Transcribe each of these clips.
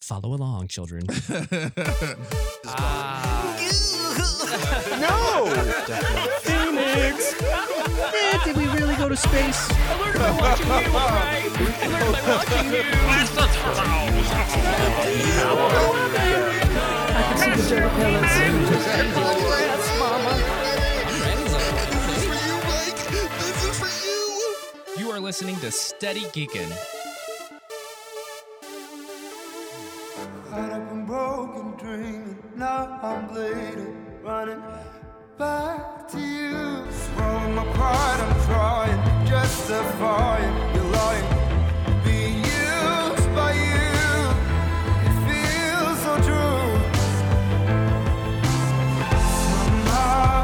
Follow along, children. Eh, did we really go to space? I learned by watching you, alright? I learned by watching you. You are listening to Steady Geekin'. Caught up in broken dreaming, now I'm bleeding, running back to you. Swallowing my pride, I'm trying, justifying your lying. Being used by you, it feels so true. Somehow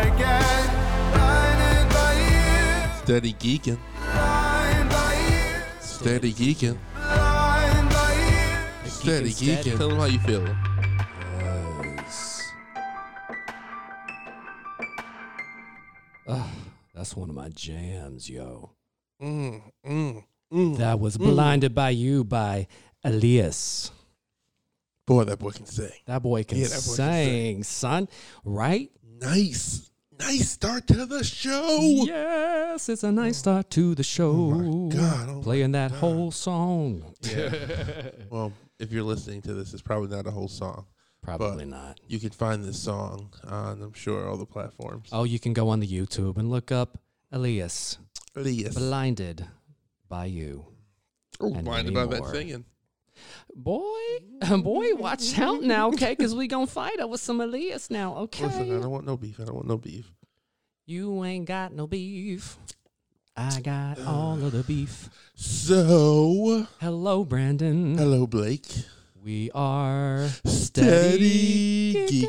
I get blinded by you, Steady geeking. blind by you, Steady geeking. blind by you. Steady steady. geeking. Tell them how you feel. That's one of my jams, yo. Mm, mm, mm. That was Blinded by You by Elias. Boy, that boy can sing. That boy can Yeah, that boy sing, can son. Right? Nice. Nice start to the show. Yes, it's a nice start to the show. God, oh my Playing that whole song. Well, if you're listening to this, it's probably not a whole song. Probably But- not. You can find this song on, I'm sure, all the platforms. Oh, you can go on the YouTube and look up Elias, Yes. Blinded by You. Oh, and blinded by many that more. singing. Boy, boy, watch out now, okay? Because we going to fight over some Elias now, okay? Listen, I don't want no beef. I don't want no beef. you ain't got no beef. I got all of the beef. So, Hello, Brandon. hello, Blake. We are Steady geeking'.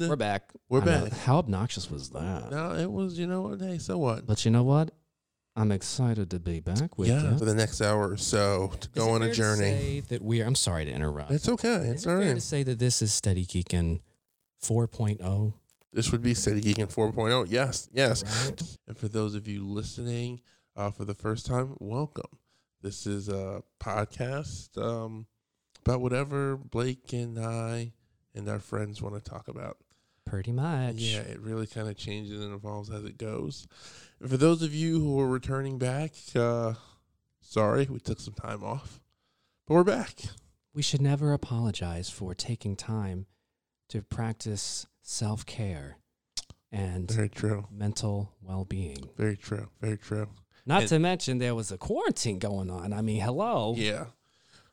geeking. We're back. We're I know. back. How obnoxious was that? No, it was, you know what? Hey, so what? But you know what? I'm excited to be back with yeah, you. for the next hour or so to go on a journey. that we I'm sorry to interrupt. It's okay. Is It's it all fair to right. say that this is Steady Geekin oh? 4.0? This would be Steady Geeking 4.0. oh. Yes, yes. And for those of you listening uh, for the first time, welcome. This is a podcast um, about whatever Blake and I and our friends want to talk about. Pretty much. Yeah, it really kind of changes and evolves as it goes. And for those of you who are returning back, uh, sorry, we took some time off, but we're back. We should never apologize for taking time to practice self-care and Very true. mental well-being. Very true. Very true. Not And- to mention there was a quarantine going on. I mean, hello. Yeah.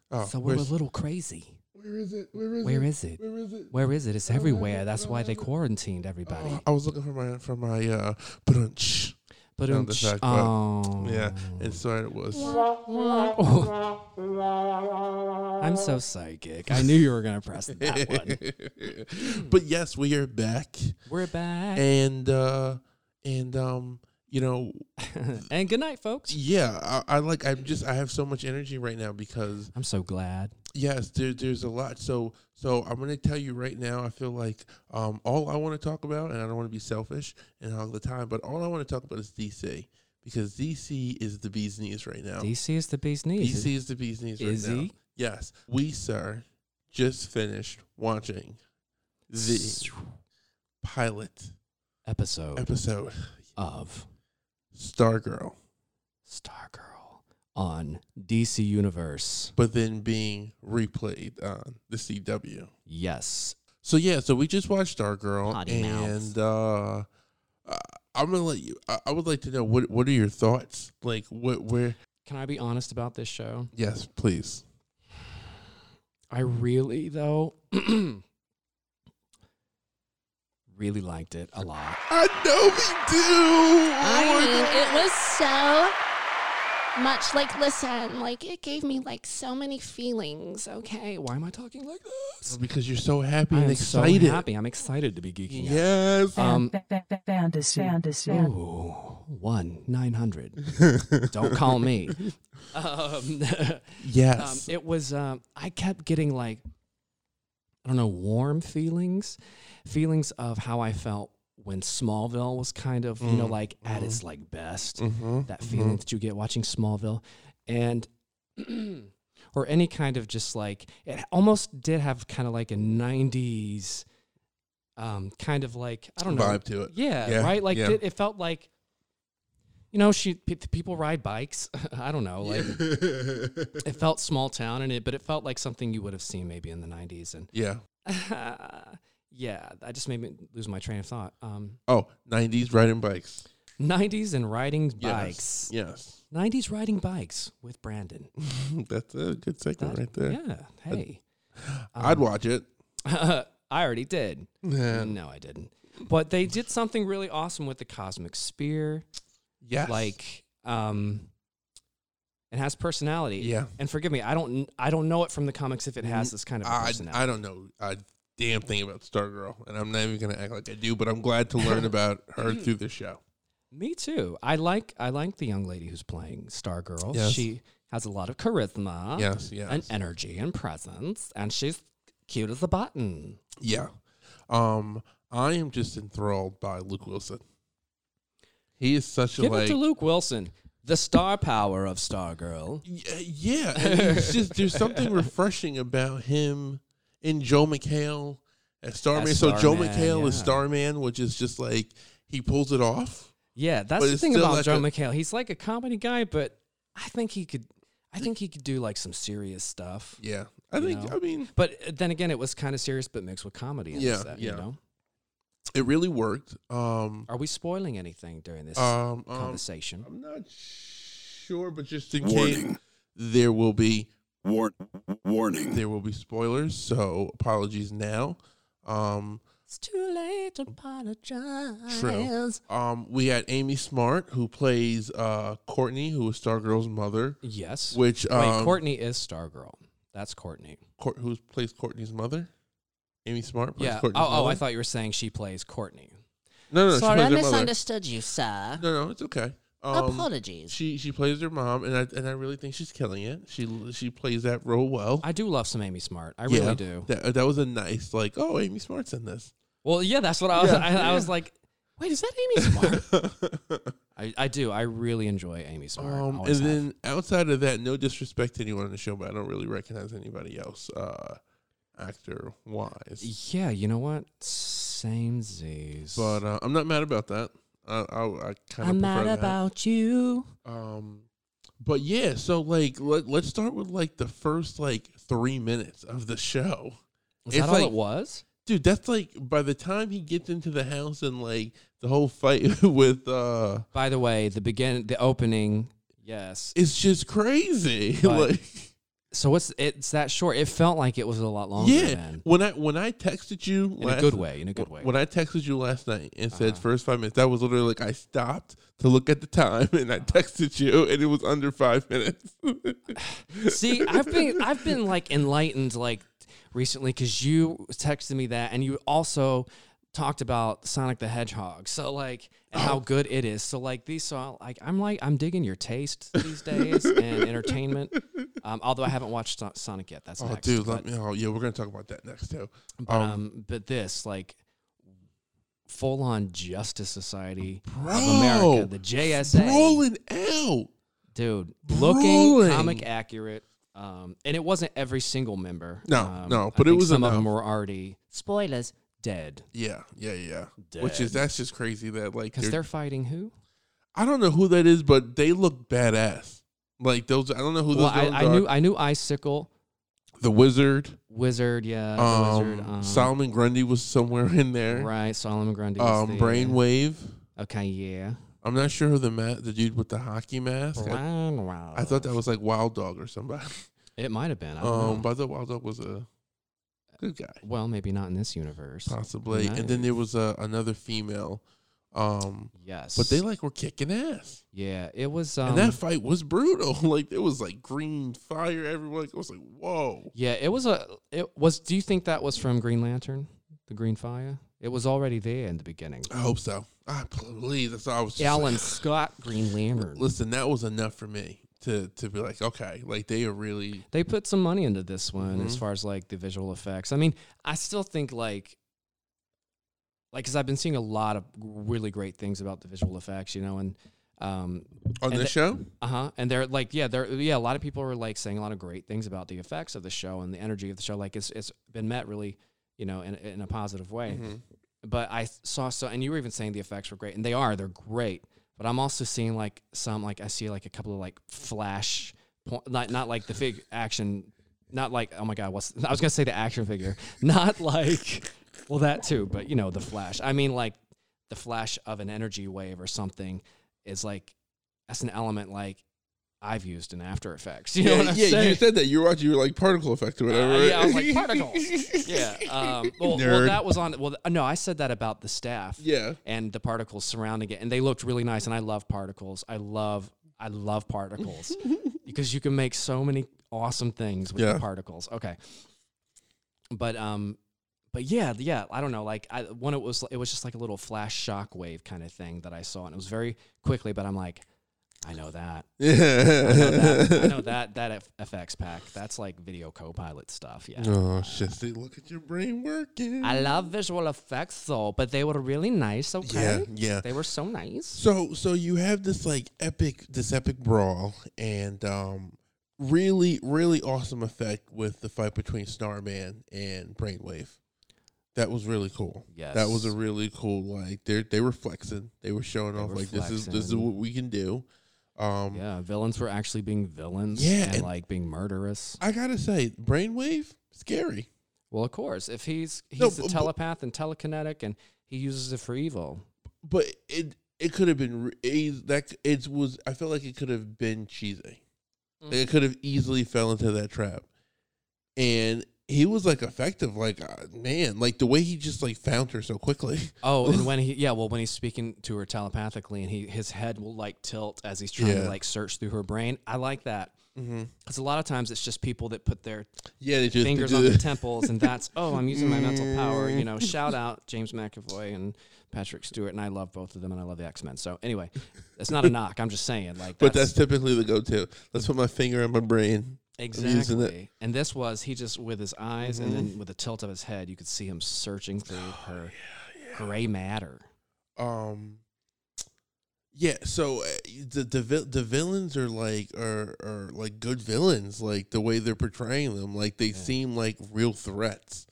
Oh, so we're a where's- little crazy. where is it? Where is Where it? is it? Where is it? Where is it? It's I don't have everywhere. it. That's I why don't they have it. quarantined everybody. Oh, I was looking for my for my uh brunch. But um, found the fact, but- oh, Yeah, and so it was. I'm so psychic. I knew you were gonna press that one. but yes, we are back, We're back. and uh and um, you know, and good night, folks. yeah, I, I like. I'm just. I have so much energy right now because I'm so glad. yes, there, there's a lot. So so I'm gonna tell you right now. I feel like um all I want to talk about, and I don't want to be selfish and all the time, but all I want to talk about is DC because DC is the bee's knees right now. DC is the bee's knees. DC is the Oh. bee's knees right Is now. he? Yes. We, sir, just finished watching the pilot episode episode of Stargirl, Stargirl on DC Universe. but then being replayed on the CW. Yes. So, yeah, so we just watched Stargirl. Potty and uh, uh, I'm going to let you, I, I would like to know what, what are your thoughts? Like, what, where, Can I be honest about this show? yes, please. I really though really liked it a lot. I know we do. I Oh my mean, God. it was so much like listen, like it gave me like so many feelings, okay? Hey, why am I talking like this? because you're so happy I'm and excited. so happy. I'm excited to be geeking out. Yes. Um, fantasy, fantasy, Ooh, one nine hundred. Don't call me. Um, um, yes. it was. Um, I kept getting like, I don't know, warm feelings, feelings of how I felt when Smallville was kind of, Mm-hmm. you know, like at its like best. Mhm, That mhm. feeling that you get watching Smallville, and or any kind of just like it almost did have kind of like a 90s um kind of like I don't know Vibe to it. Yeah, Yeah, right? Like yeah. it, it felt like you know, she pe- people ride bikes. I don't know, like it felt small town in it, but it felt like something you would have seen maybe in the 90s and yeah. yeah, that just made me lose my train of thought. Um Oh, 90s riding bikes. 90s and riding Yes. bikes. Yes. 90s riding bikes with Brandon. That's a good segment That- right there. Yeah. um, Hey. I'd watch it. I already did. Yeah. No, I didn't. But they did something really awesome with the cosmic spear. Yes. Like, um, it has personality. Yeah. And forgive me, I don't, I don't know it from the comics if it has this kind of I, personality. I don't know a damn thing about Stargirl, and I'm not even going to act like I do, but I'm glad to learn about her through the show. me too. I like, I like the young lady who's playing Stargirl. Yes. She has a lot of charisma. Yes, yes. And energy and presence, and she's cute as a button. Yeah. Um, I am just enthralled by Luke Wilson. He is such Give a like it to Luke Wilson, the star power of Stargirl. Y- yeah, and he's just there's something refreshing about him in Joe McHale as Starman. so Joe Starman, McHale is yeah. Starman, which is just like he pulls it off. Yeah, that's But the it's thing still about like Joe a- McHale. He's like a comedy guy, but I think he could. I think he could do like some serious stuff. Yeah, I You think know? I mean But uh, then again, it was kind of serious, but mixed with comedy. In Yeah, that, yeah. You know? it really worked. Um, Are we spoiling anything during this um, um conversation? I'm not sure, but just in case there will be War- warning. there will be spoilers, so apologies now. Um, It's too late to apologize. True. Um, we had Amy Smart who plays uh, Courtney, who is Stargirl's mother, Yes. which Wait, um, Courtney is Stargirl. That's Courtney. Court, who plays Courtney's mother. Amy Smart plays Yeah. Oh, Courtney's oh, mother. I thought you were saying she plays Courtney. no, no, Sorry, she I plays her mother. misunderstood you, sir. No, no, it's okay. Um, Apologies. she she plays her mom, and I and I really think she's killing it. She she plays that role well. I do love some Amy Smart. I Yeah. really do. That, that was a nice like. Oh, Amy Smart's in this. Well, yeah, that's what I was. Yeah, I, I was like, wait, is that Amy Smart? I, I do. I really enjoy Amy Smart. Um, and Always have. then outside of that, no disrespect to anyone on the show, but I don't really recognize anybody else, uh, actor wise. yeah, you know what? Same Z's. But uh, I'm not mad about that. I I, I kind of prefer that. you. Um, but yeah, so like let let's start with like the first like three minutes of the show, Is It's that all like- it was? dude. That's like by the time he gets into the house and like the whole fight with uh, By the way, the begin, the opening. Yes. it's just crazy. But- like So it's it's that short. It felt like it was a lot longer. yeah, Than, when I when I texted you oh, in a good way. In a good way. When I texted you last night and said Uh-huh. first five minutes, that was literally like I stopped to look at the time and I texted you and it was under five minutes. See, I've been I've been like enlightened like recently because you texted me that, and you also talked about Sonic the Hedgehog. So like, and Oh. how good it is. So like these, so like I'm like I'm digging your taste these days and entertainment. Um, although I haven't watched Son- Sonic yet. That's oh, next. dude, but, let me. Oh, yeah, we're gonna talk about that next too. but, um, but this like. Full on Justice Society of Bro. America, the JSA Rolling out. dude looking Drooling. comic accurate um, and it wasn't every single member No, um, no, I but it think was some of enough. them were already Spoilers. dead Yeah, yeah, yeah. Which is that's just crazy that like because they're- they're fighting who I don't know who that is, but they look badass. Like those, I don't know who well those. villains I, I are. knew i knew icicle the wizard. wizard yeah the um, wizard, um, Solomon Grundy was somewhere in there. right solomon grundy was Um, the- Brainwave. okay yeah I'm not sure who the ma- the dude with the hockey mask. I, wow I thought that was like Wild Dog or somebody. it might have been I don't Um, know. but I thought Wild Dog was a good guy, well maybe not in this universe possibly. And then there was a, another female. Um, yes but they like were kicking ass. yeah it was um, and that fight was brutal. Like there was like green fire everywhere. Like, I was like, whoa. Yeah, it was a. It was. Do you think that was from Green Lantern, the Green Fire? It was already there in the beginning. I hope so. I please. That's all I was. Just Alan Scott, Green Lantern. Listen, that was enough for me to to be like, okay, like they are really. They put some money into this one as far as like the visual effects. I mean, I still think like, like because I've been seeing a lot of really great things about the visual effects, you know, and Um, on and this the- show. uh huh. And they're like, yeah, they're yeah. A lot of people are like saying a lot of great things about the effects of the show and the energy of the show. Like it's it's been met really, you know, in in a positive way. Mm-hmm. But I saw so, and you were even saying the effects were great, and they are. They're great. But I'm also seeing like some like I see like a couple of like flash point, not not like the fig action, not like oh my god, what's I was gonna say the action figure, not like well that too, but you know the flash. I mean like the flash of an energy wave or something is like that's an element like I've used in After Effects. You know what I'm yeah, saying? you said that you were watching. You were like particle effect or whatever. Uh, right? yeah, I was like particles. yeah. Um, well, well, Nerd. that was on. Well, no, I said that about the staff. Yeah. And the particles surrounding it, and they looked really nice. And I love particles. I love, I love particles because you can make so many awesome things with Yeah. the particles. Okay. But um, but yeah, yeah, I don't know. Like I, when it was, it was just like a little flash shock wave kind of thing that I saw, and it was very quickly. But I'm like, I know that. I know that, I know that that F- FX pack. That's like video copilot stuff. Yeah. oh shit! See, look at your brain working. I love visual effects though, but they were really nice. yeah, Okay. yeah. They were so nice. So so you have this like epic this epic brawl and um really really awesome effect with the fight between Starman and Brainwave. That was really cool. Yes. That was a really cool like they they were flexing. They were showing They off were like this is this is flexing. what we can do. Um Yeah, villains were actually being villains. Yeah, and, and- like being murderous. I got to say Brainwave scary. Well, of course, if he's he's No, a but- but- telepath and telekinetic, and he uses it for evil. But it it could have been re- eas- that it was I felt like it could have been cheesy. Like, Mm. it could have easily fell into that trap. And he was like effective, like uh, man, like the way he just like found her so quickly. Oh, and when he yeah, well, when he's speaking to her telepathically, and he his head will like tilt as he's trying Yeah. to like search through her brain. I like that Mm-hmm. because a lot of times it's just people that put their Yeah, they just fingers on the temples, and that's oh, I'm using my mental power. You Mm. know, shout out James McAvoy and Patrick Stewart, and I love both of them, and I love the X Men. So anyway, it's not a knock. I'm just saying, like, that's, but that's typically the go-to. Let's put my finger in my brain. I'm using it. exactly. And this was he just with his eyes and Mm-hmm. then with the tilt of his head, you could see him searching through Oh, her gray matter. Um, yeah. So uh, the the vil- the villains are like are are like good villains. Like the way they're portraying them, like they seem like real threats.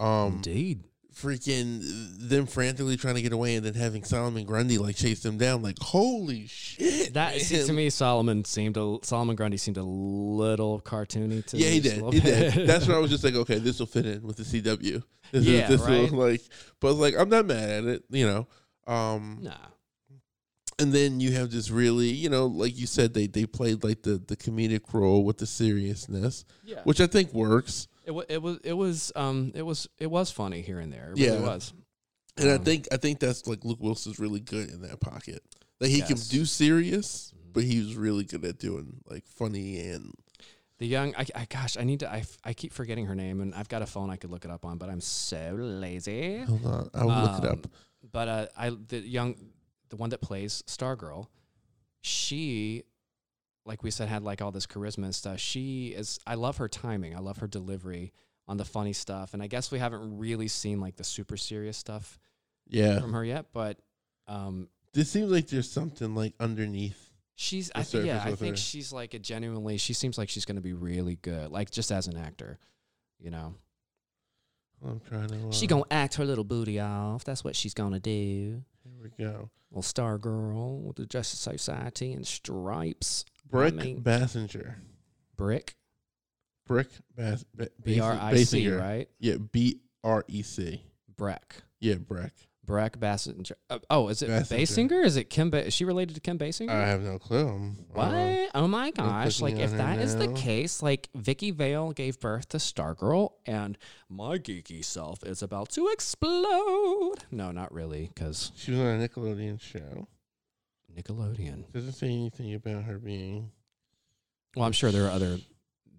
Um, Mm. Indeed. freaking them frantically trying to get away and then having Solomon Grundy like chase them down. Like, holy shit. That see, man. to me, Solomon seemed a Solomon Grundy seemed a little cartoony to Yeah, me. he just a did. little He bit. did. That's where I was just like, okay, this will fit in with the CW. This Yeah, this right? will like but like I'm not mad at it, you know. Um nah. and then you have this really, you know, like you said, they they played like the the comedic role with the seriousness, Yeah. which I think works. It, wa it was it was um it was it was funny here and there. It really Yeah. was. And I Um, think I think that's like Luke Wilson's really good in that pocket. Like he can Yes. Mm-hmm. do serious, but he was really good at doing like funny and The young, I, I gosh, I need to. I, f- I keep forgetting her name, and I've got a phone I could look it up on, but I'm so lazy. Hold on, I'll look it Um, up. But uh, I the young, the one that plays Stargirl, she, like we said, had like all this charisma and stuff. She is. I love her timing. I love her delivery on the funny stuff, and I guess we haven't really seen like the super serious stuff Yeah, from her yet. But um, this seems like there's something like underneath. She's, the I think, yeah, surface I with think her. she's like a genuinely. She seems like she's going to be really good, like just as an actor, you know. I'm trying to. Uh, She gonna act her little booty off. That's what she's gonna do. Here we go. Little star girl with the Justice Society and stripes. Brick mean- Bassinger. Brick, Brick Bass. Ba- B R I C, Bassinger. right? Yeah, B R E C. Breck, Yeah, Brick. Breck Bassinger. Uh, oh, is it Bassinger. Basinger? Is it Kim? Ba- is she related to Kim Basinger? I have no clue. I'm- What? uh, oh my gosh. Like clicking if on it that is now. the case, like Vicky Vale gave birth to Stargirl and my geeky self is about to explode. No, not really, because she was on a Nickelodeon show. Nickelodeon. Doesn't say anything about her being. Well, I'm sure there are other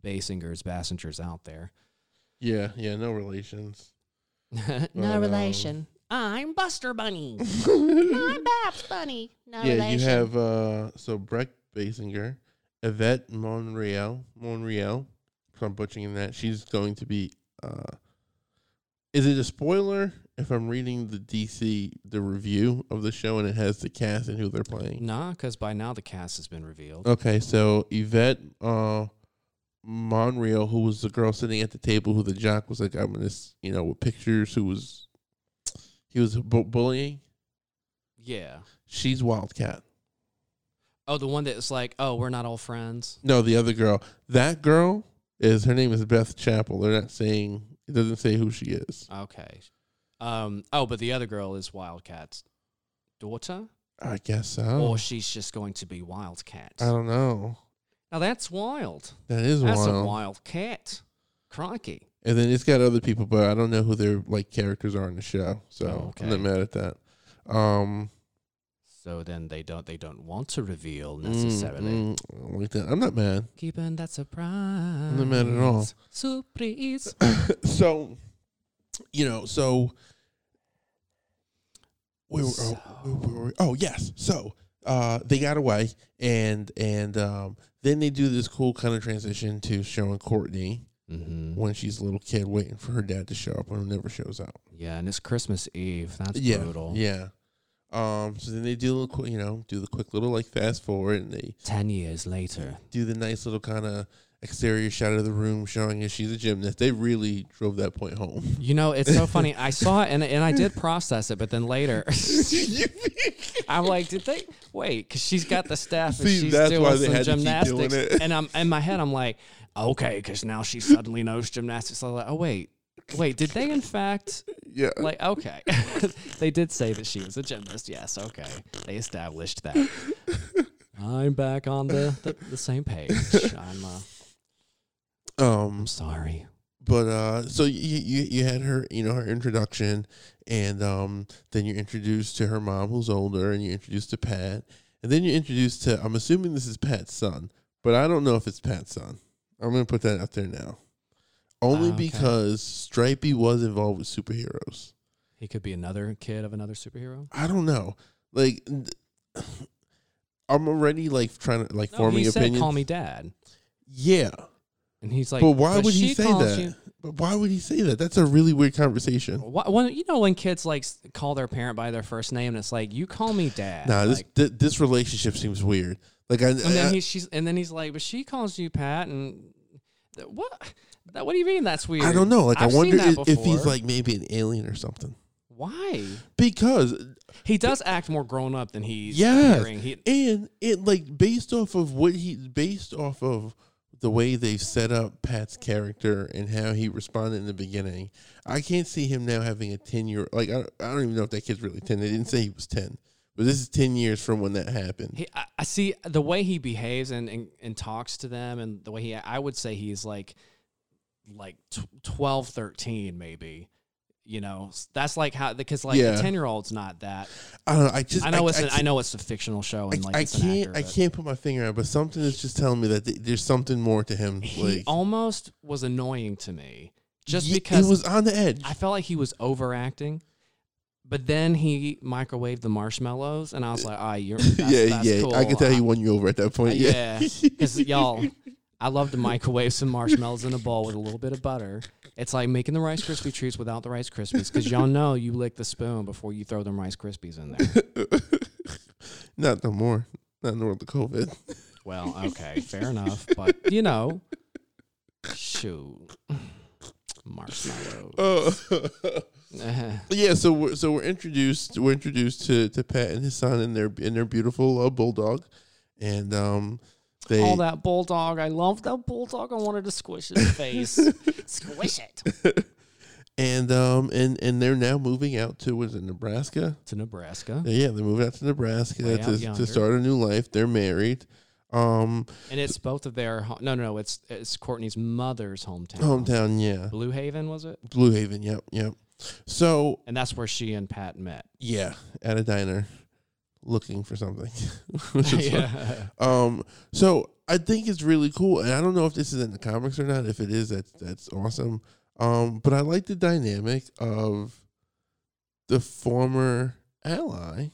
Basingers, Bassingers out there. Yeah, yeah, no relations. No Um, relation. I'm Buster Bunny. yeah, I'm Babs Bunny. No you relation. have uh so Breck Basinger, Yvette Monreal, Monreal. if I'm butchering that. She's going to be uh Is it a spoiler if I'm reading the DC the review of the show and it has the cast and who they're playing? Nah, because by now the cast has been revealed. Okay, so Yvette uh, Monreal, who was the girl sitting at the table who the jock was like, I'm in this, you know, with pictures, who was he was bu- bullying. Yeah. She's Wildcat. Oh, the one that's like, oh, we're not all friends. No, the other girl. That girl is her name is Beth Chapel. They're not saying it doesn't say who she is. Okay. Um. Oh, but the other girl is Wildcat's daughter, I guess so. or she's just going to be Wildcat. Oh. I don't know. Now that's wild. That is That's wild. a wild cat. Crikey. And then it's got other people, but I don't know who their like characters are in the show. So Oh, I'm not okay. mad at that. Um So then they don't they don't want to reveal mm, necessarily. mm, I don't like that. I'm not mad. Keeping that surprise. not mad at all. Surprise. so you know, so we were So- oh, where were we? oh yes. So uh they got away and and um then they do this cool kind of transition to showing Courtney hmm when she's a little kid waiting for her dad to show up and it never shows up. Yeah, and it's Christmas Eve. That's yeah, brutal. Yeah. Um, so then they do a little, quick, you know, do the quick little like fast forward, and they Ten years later. do the nice little kind of exterior shot of the room showing us she's a gymnast. They really drove that point home. You know, it's so funny. I saw it and, and I did process it, but then later I'm like, did they wait? Because she's got the staff and See, she's that's doing why they some had to keep doing gymnastics. it. And I'm in my head, I'm like, okay, because now she suddenly knows gymnastics. I'm like, oh wait, wait, did they in fact yeah. like okay? they did say that she was a gymnast. Yes, okay, they established that. I'm back on the the, the same page. I'm uh, Um. I'm sorry. But uh, so you, you you had her, you know, her introduction, and um, then you're introduced to her mom, who's older, and you're introduced to Pat, and then you're introduced to. I'm assuming this is Pat's son, but I don't know if it's Pat's son. I'm gonna put that out there now, only Ah, okay. because Stripey was involved with superheroes. He could be another kid of another superhero. I don't know. Like, th- I'm already like trying to like No, forming he said, opinions. call me dad, Yeah, and he's like, but why would he she say calls that? you- But why would he say that? That's a really weird conversation. Why, when, you know when kids like s- call their parent by their first name, and it's like you call me dad. Nah, this uh, like- th- this relationship seems weird. Like, I, and then I- he's she's and then he's like, but she calls you Pat, and th- what? That, what do you mean that's weird? I don't know. Like, i I've seen wonder that if, if he's before. like maybe an alien or something. why Because he does act more grown up than he's Yes. appearing. He, and it like based off of what he based off of the way they set up Pat's character and how he responded in the beginning, I can't see him now having a ten year like I, I don't even know if that kid's really ten. They didn't say he was ten, but this is ten years from when that happened. he I, I see the way he behaves and, and and talks to them, and the way he I would say he's like like tw- 12, 13 maybe. You know, S- that's like how because like Yeah. a ten year old's not that. I don't know. I just I know I, it's I an, I, can't- know it's a fictional show I, and like I it's an can't actor, I but- can't put my finger on, it, but something is just telling me that th- there's something more to him. he like almost was annoying to me just Ye- because he was on the edge. I felt like he was overacting. But then he microwaved the marshmallows, and I was like, "Ah, you're that's, Uh, yeah, that's yeah. cool. Uh, I can tell I- he won you over at that point. yeah, Yeah, because y'all, I love to microwave some marshmallows in a bowl with a little bit of butter. It's like making the Rice Krispie treats without the Rice Krispies, because y'all know you lick the spoon before you throw them Rice Krispies in there. not no more. Not in the world of COVID. Well, okay, fair enough, but you know, shoot, marshmallows. Oh. Yeah, so we're so we're introduced we're introduced to, to Pat and his son and their and their beautiful uh, bulldog, and um they All that bulldog. I love that bulldog. I wanted to squish his face. Squish it. and um and and they're now moving out to was it Nebraska? to Nebraska. Yeah, they're moving out to Nebraska Way out to, yonder. to start a new life. They're married, um And it's both of their ho- no no no, it's it's Courtney's mother's hometown. hometown, yeah, Blue Haven was it? Blue Haven, yep, yep. So And that's where she and Pat met. yeah, at a diner, looking for something, which is fun. yeah. Um, so I think it's really cool, and I don't know if this is in the comics or not. If it is, that's that's awesome. Um, but I like the dynamic of the former ally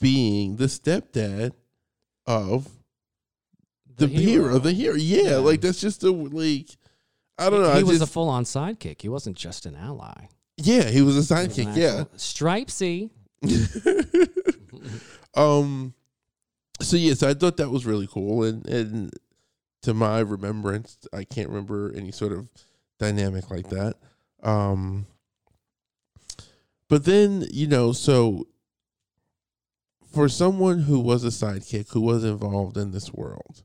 being the stepdad of the, hero. the hero. Yeah, Yeah. like that's just the like. I don't know. He I was just, a full on sidekick. He wasn't just an ally. yeah, he was a He was an sidekick. Yeah. actual- Stripesy. um so yes i thought that was really cool and and to my remembrance i can't remember any sort of dynamic like that um but then you know so for someone who was a sidekick who was involved in this world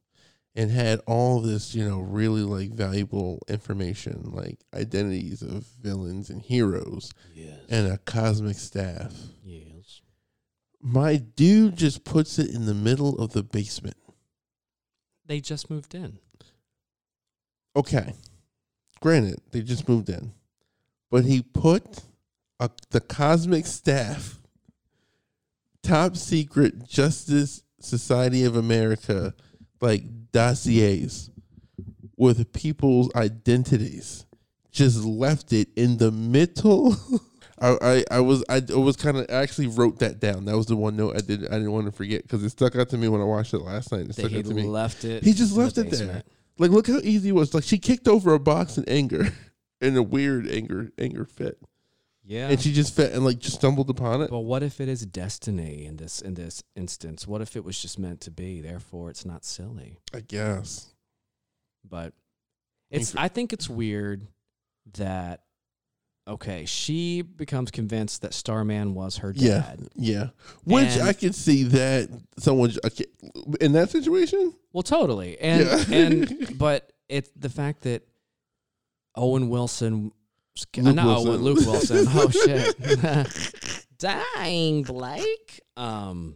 and had all this you know really like valuable information like identities of villains and heroes Yes. and a cosmic staff yes. my dude just puts it in the middle of the basement. They just moved in. Okay. Granted, they just moved in. But he put a, the cosmic staff, top secret Justice Society of America, like dossiers with people's identities, just left it in the middle. I, I, I was I, I was kind of actually wrote that down. That was the one note I did I didn't want to forget because it stuck out to me when I watched it last night. It They stuck he out to me. left it. He just in the left it there. basement. Like, look how easy it was. Like, she kicked over a box in anger, in a weird anger, anger fit, Yeah. and she just fit and like just stumbled upon it. But what if it is destiny in this in this instance? What if it was just meant to be? Therefore, it's not silly. I guess. But it's I think it's weird that okay, she becomes convinced that Starman was her Yeah, dad. yeah. Which And- I could see that someone I ca- in that situation. Well, totally. And Yeah. and but it's the fact that Owen Wilson uh, Luke not Owen, Wilson. Luke Wilson. oh shit. Dang, Blake. Um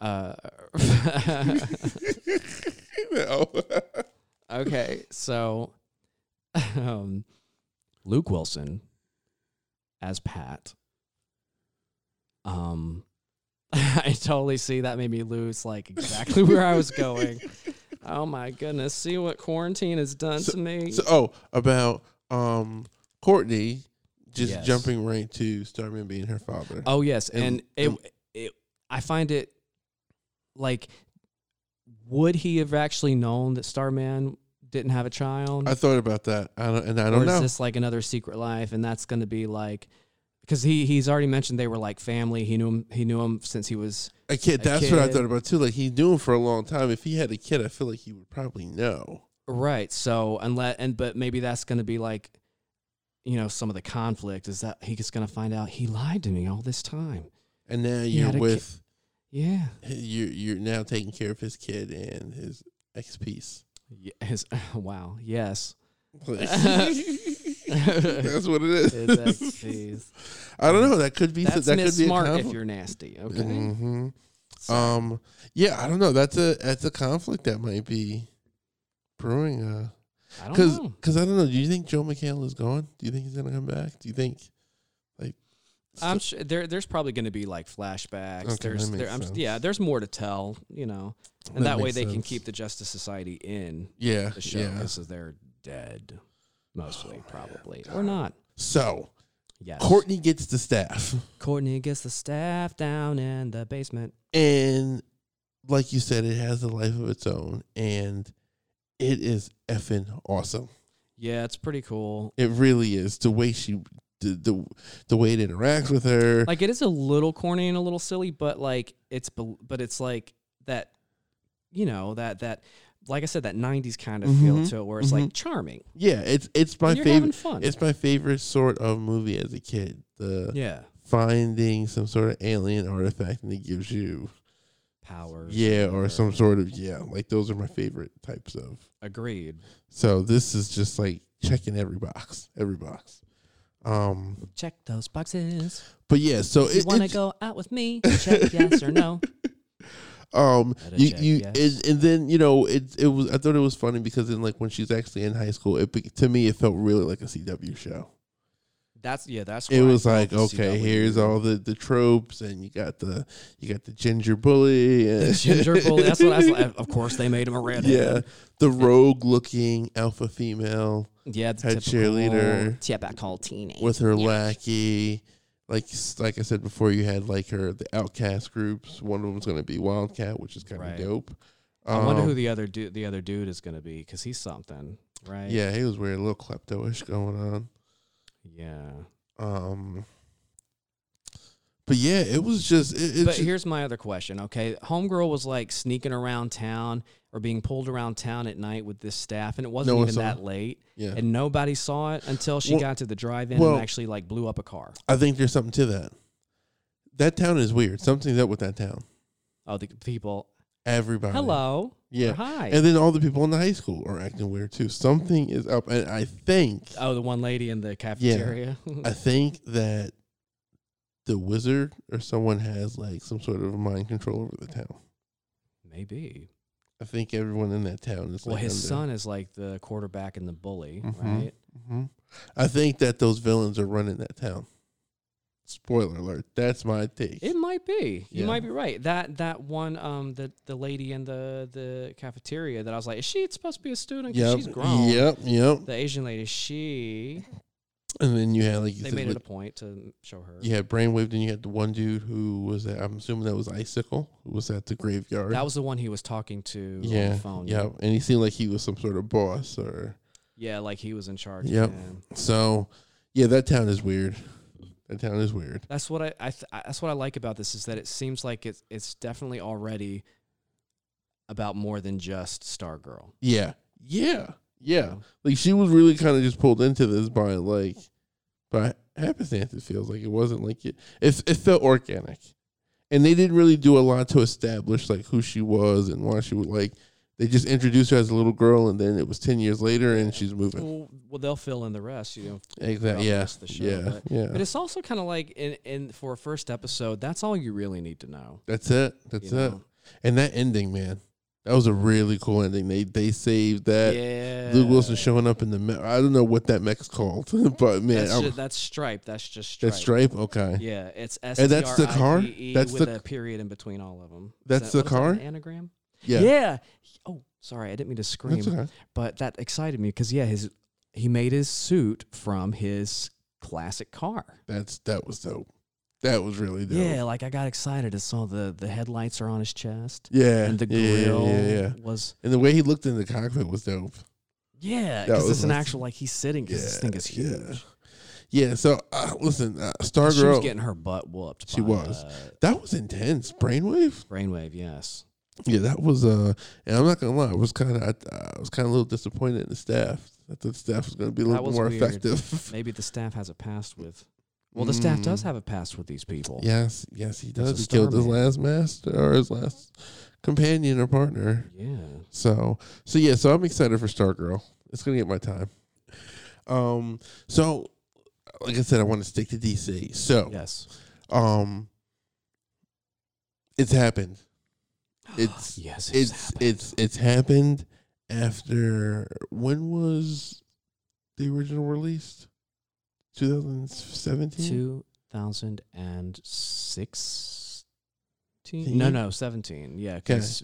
uh No. Okay, so um, Luke Wilson as Pat. Um, I totally see that made me lose like exactly where I was going. Oh my goodness! See what quarantine has done to me. so, oh, about um Courtney just Yes. jumping right to Starman being her father. oh yes, and, and- it, and- it I find it like would he have actually known that Starman didn't have a child? I thought about that. I don't, and I don't or know. is this like another secret life and that's going to be like because he he's already mentioned they were like family he knew him he knew him since he was A kid. a That's what I kid. thought about too. Like he knew him for a long time. If he had a kid, I feel like he would probably know. right so unless and but maybe that's going to be like you know some of the conflict is that he's going to find out he lied to me all this time And now you're had a with yeah, you're you're now taking care of his kid and his ex piece. yeah his, wow yes That's what it is. His exes. I don't know. That could be that's that miss could be smart a if conflict. you're nasty okay hmm Um. Yeah, I don't know. That's a that's a conflict that might be brewing. Uh, i don't because know because I don't know. Do you think Joe McHale is gone? Do you think he's gonna come back? Do you think like I'm sure there. There's probably going to be like flashbacks. Okay, there's, that there, makes I'm, sense. yeah. There's more to tell, you know, and that, That way makes they can sense. keep the Justice Society in yeah the show yeah. Oh, because they're dead, mostly probably or not. So Yes. Courtney gets the staff. Courtney gets the staff down in the basement. and like you said, it has a life of its own, and it is effing awesome. Yeah, it's pretty cool. It really is the way she the the, the way it interacts with her. Like it is a little corny and a little silly, but like it's bel- but it's like that, you know that that like I said that '90s kind of feel Mhm, to it where it's like charming. yeah, it's it's my And you're having favorite. fun. It's my favorite sort of movie as a kid. The Yeah. finding some sort of alien artifact and it gives you Powers. yeah or some sort of yeah. Like those are my favorite types of Agreed. So this is just like checking every box, every box. Um, Check those boxes. but yeah, so you it, want to it's- go out with me? Check yes or no. um, Gotta you check, you yes. and, and then you know it it was I thought it was funny because then like when she's actually in high school, it be- to me it felt really like a CW show. That's yeah. That's It why Oh, I was love like the okay, CW. here's all the the tropes, and you got the you got the ginger bully, and the ginger bully. That's what I was like. Of course, they made him a yeah, redhead. the rogue looking alpha female. Yeah, yeah. The Head typical cheerleader. typical teenage. with her lackey. Like s- like I said before, you had like her the outcast groups. One of them's going to be Wildcat, which is kind of Right. dope. I wonder Um, who the other dude the other dude is going to be because he's something, right? Yeah, he was weird, a little klepto-ish going on. yeah. Um, but yeah, it was just. It, it's But ju- here's my other question. Okay, homegirl was like sneaking around town or being pulled around town at night with this staff, and it wasn't No one even saw that it. late, yeah, and nobody saw it until she Well- got to the drive-in well- and actually like blew up a car. I think there's something to that. That town is weird. Something's up with that town. Oh, the people. Everybody. Hello. Yeah. Or hi. And then all the people in the high school are acting weird too. Something is up, and I think oh, the one lady in the cafeteria. I think that the wizard or someone has like some sort of mind control over the town. Maybe. I think everyone in that town is. Well, like his under- son is like the quarterback and the bully, Mhm. right? Mhm. I think that those villains are running that town. Spoiler alert. That's my take. It might be. You Yeah. might be right. That that one, um, the the lady in the the cafeteria that I was like, is she supposed to be a student? 'Cause yep. she's grown. Yep. Yep. The Asian lady, she And then you had like you they said, made it with- a point to show her. you had brainwave. Then you had the one dude who was at, I'm assuming that was icicle who was at the graveyard. That was the one he was talking to on yeah. the phone. Yep. And he seemed like he was some sort of boss or Yeah, like he was in charge. Yep. man. so. Yeah, that town is weird. That town is weird. That's what I, I th- I- that's what I like about this is that it seems like it's it's definitely already about more than just Stargirl. Yeah. Yeah. Yeah. know? Like she was really kind of just pulled into this by like by happenstance it feels like it wasn't like it it, it felt organic. And they didn't really do a lot to establish like who she was and why she would like they just introduced her as a little girl and then it was 10 years later and she's moving. Well, well, they'll fill in the rest, you know. throughout Exactly. the Yeah. rest of the show, yeah. But yeah. it's also kind of like in, in for a first episode, that's all you really need to know. That's it. That's you it. know? And that ending, man. That was a really cool ending. They they saved that yeah. Uh, Luke Wilson showing up in the me- I don't know what that mech's called, but man, That's, I'm- ju- that's stripe. That's just stripe. Oh. That's stripe. Okay. Yeah, it's S. And that's the car? That's E with the- a period in between all of them. That's the car? anagram. Yeah. Oh, sorry, I didn't mean to scream, That's okay. but that excited me because yeah, his he made his suit from his classic car. That's that was dope. That was really dope. Yeah, like I got excited. I saw the the headlights are on his chest. Yeah. And the yeah, yeah, grill Yeah, yeah. was And the way he looked in the cockpit was dope. yeah, That because was it's an nice. actual like he's sitting because this thing is Yeah, huge. yeah. Yeah. So uh, listen, uh, Stargirl. She was getting her butt whooped. She by, was. uh, that was intense. Brainwave. brainwave. Yes. Yeah, that was. Uh, and I'm not gonna lie, I was kind of, I, I was kind of a little disappointed in the staff. I thought the staff was gonna be a That little was more weird. effective. Maybe the staff has a past with. Well, the staff does Mm. have a past with these people. Yes, yes, he does. a He killed his starman. last master or his last companion or partner. Yeah. So so yeah, so I'm excited for Stargirl. It's gonna get my time. Um so like I said, I want to stick to DC. So Yes. um it's happened. It's Yes. it's happened. it's it's happened after when was the original released? 2017? 2016. Teen? No, no, 17. Yeah, 'Kay. because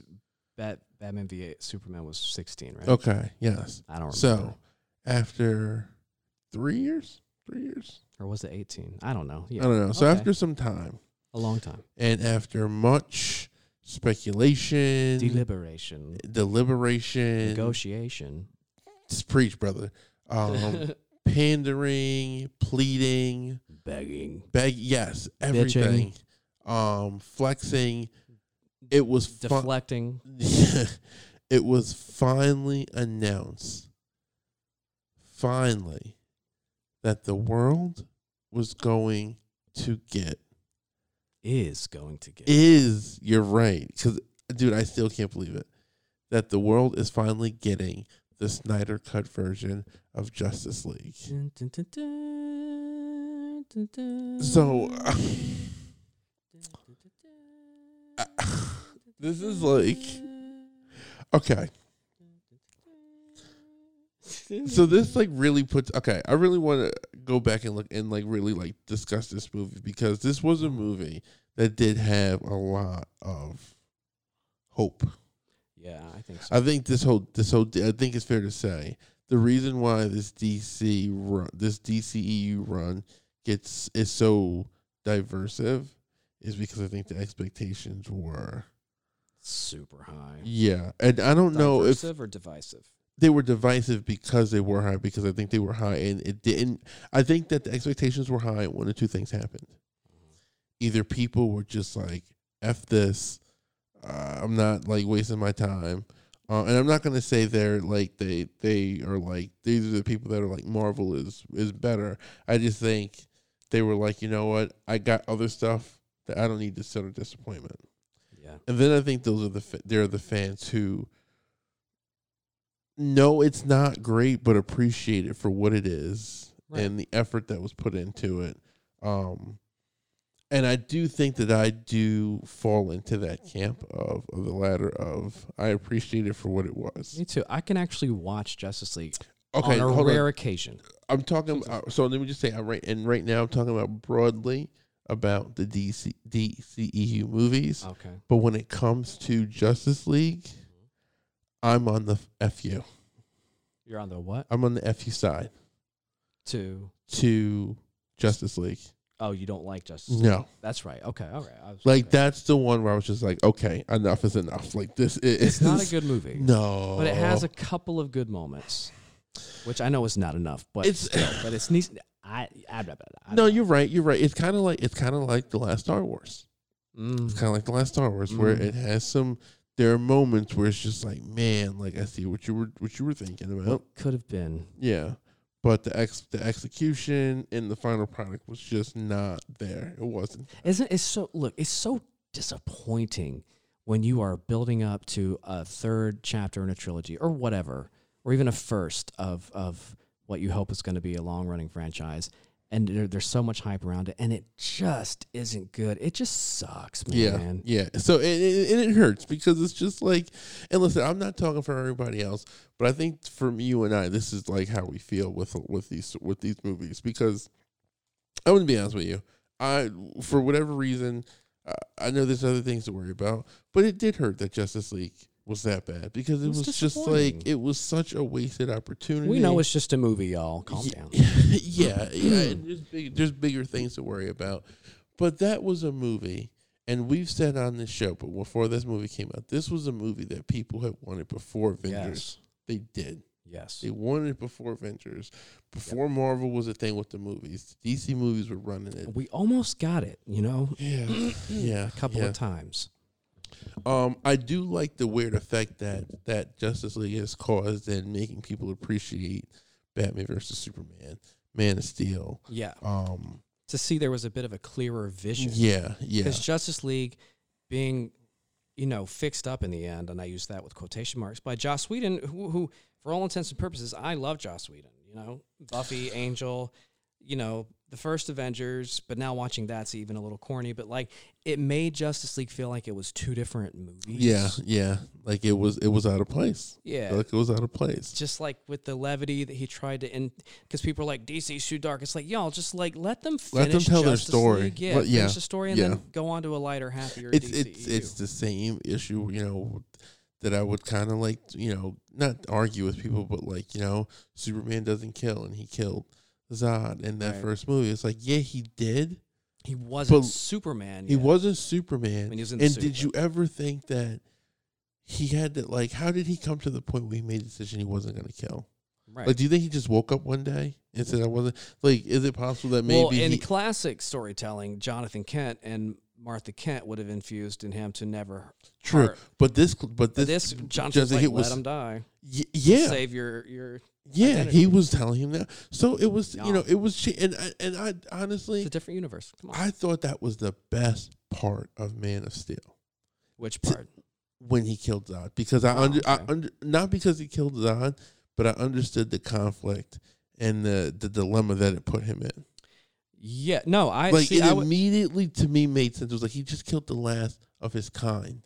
Bat- Batman v Superman was 16, right? Okay, yes. I don't remember. So after three years? Three years? or was it 18? I don't know. Yeah, I don't know. So Okay. after some time, a long time. And after much speculation, Deliberation, deliberation, negotiation. just preach, brother, um, pandering, pleading, begging, beg, yes, everything, um, flexing. It was fi- deflecting. it was finally announced, finally, that the world was going to get Is going to get is you're right because dude i still can't believe it that the world is finally getting the snyder cut version of justice league Dun, dun, dun, dun, dun, dun. so this is like okay so this like really puts okay i really want to go back and look and like really like discuss this movie because this was a movie that did have a lot of hope yeah, I think so. I think this whole this whole I think it's fair to say the reason why this DC run this DCEU run gets is so diversive is because I think the expectations were super high. Yeah, and I don't know if Diversive or divisive? they were divisive because they were high because I think they were high and it didn't. I think that the expectations were high. and One of two things happened: either people were just like "f this," uh, I'm not like wasting my time, uh, and I'm not gonna say they're like they they are like these are the people that are like Marvel is is better. I just think they were like, you know what, I got other stuff that I don't need to settle disappointment. Yeah. And then I think those are the fa- they're the fans who know it's not great, but appreciate it for what it is Right. and the effort that was put into it. Um, and I do think that I do fall into that camp of, of the latter of I appreciate it for what it was. Me too. I can actually watch Justice League Okay, on a hold rare on. occasion. I'm talking. Uh, so let me just say, I right and right now I'm talking about broadly about the DC DCEU E movies. Okay. But when it comes to Justice League, I'm on the fu. You're on the what? I'm on the fu side Two. to Justice League. Oh, you don't like Justice? League. No, That's right. Okay. All right. I was like that's the one where I was just like, okay, enough is enough. Like this is It's not a good movie. No, But it has a couple of good moments, which I know is not enough, but It's- it's still, but it's neat. I, I, I, I No, you're right. You're right. It's kind of like it's kind of like the last Star Wars. Mm. It's kind of like the last Star Wars, where Mhm. it has some. There are moments where it's just like, man, like I see what you were what you were thinking about. could have been. Yeah, but the ex the execution and the final product was just not there. It wasn't. Isn't it so? Look, it's so disappointing when you are building up to a third chapter in a trilogy or whatever, or even a first of of what you hope is going to be a long running franchise, and there, there's so much hype around it, and it just isn't good. It just sucks, Yeah, man. yeah. So it, it and it hurts because it's just like, and listen, I'm not talking for everybody else, but I think from you and I, this is like how we feel with with these with these movies because I'm gonna be honest with you, I for whatever reason, I, I know there's other things to worry about, but it did hurt that Justice League was that bad because it, was was, just like disappointing. it was such a wasted opportunity. We know it's just a movie, y'all. Calm Ye- down. yeah, Hmm. yeah. and there's, big, there's bigger things to worry about. But that was a movie, and we've said on this show, but before this movie came out, this was a movie that people had wanted before Avengers. They did. Yes. They wanted it before Avengers, before Marvel was a thing with the movies. DC movies were running it. We almost got it, you know, Yeah, yeah. a couple yeah. of times. Um, I do like the weird effect that that Justice League has caused in making people appreciate Batman versus Superman, Man of Steel. Yeah. Um, To see there was a bit of a clearer vision. Yeah, yeah, Because Justice League being, you know, fixed up in the end, and I use that with quotation marks, by Joss Whedon, who, who for all intents and purposes, I love Joss Whedon, you know, Buffy, Angel, you know, the first Avengers, but now watching that's even a little corny, but like it made Justice League feel like it was two different movies. yeah, yeah. Like it was, it was out of place. Yeah. Like it was out of place. just like with the levity that he tried to end because people are like DC's too dark. It's like y'all just like let them finish Let them tell their Justice story. League. Yeah, Let- yeah, finish the story and yeah. then go on to a lighter, happier. E It's DCEU. it's it's the same issue, you know, that I would kind of like, you know, not argue with people, but like, you know, Superman doesn't kill, and he killed Zod in that Right. first movie. It's like, yeah, he did. he wasn't but Superman. He yet. wasn't Superman. When he was in the and suit, did you but- ever think that he had to like? How did he come to the point where he made a decision he wasn't going to kill? right. Like, do you think he just woke up one day and said, "I wasn't"? Like, is it possible that maybe well, in he- classic storytelling, Jonathan Kent and Martha Kent would have infused in him to never. True, hurt. but this, but But this, this Jonathan Jesse like, Hit let was- him die. y- yeah, save your your. yeah, identity. he was telling him that. So it was, you Yeah. know, it was, che- and I, and I honestly, It's a different universe. Come on. I thought that was the best part of Man of Steel Which t- part? when he killed Zod, because I Oh, under, I okay. under, not because he killed Zod, but I understood the conflict and the the dilemma that it put him in. Yeah. No, I like see. it I would, immediately to me made sense. It was like he just killed the last of his kind.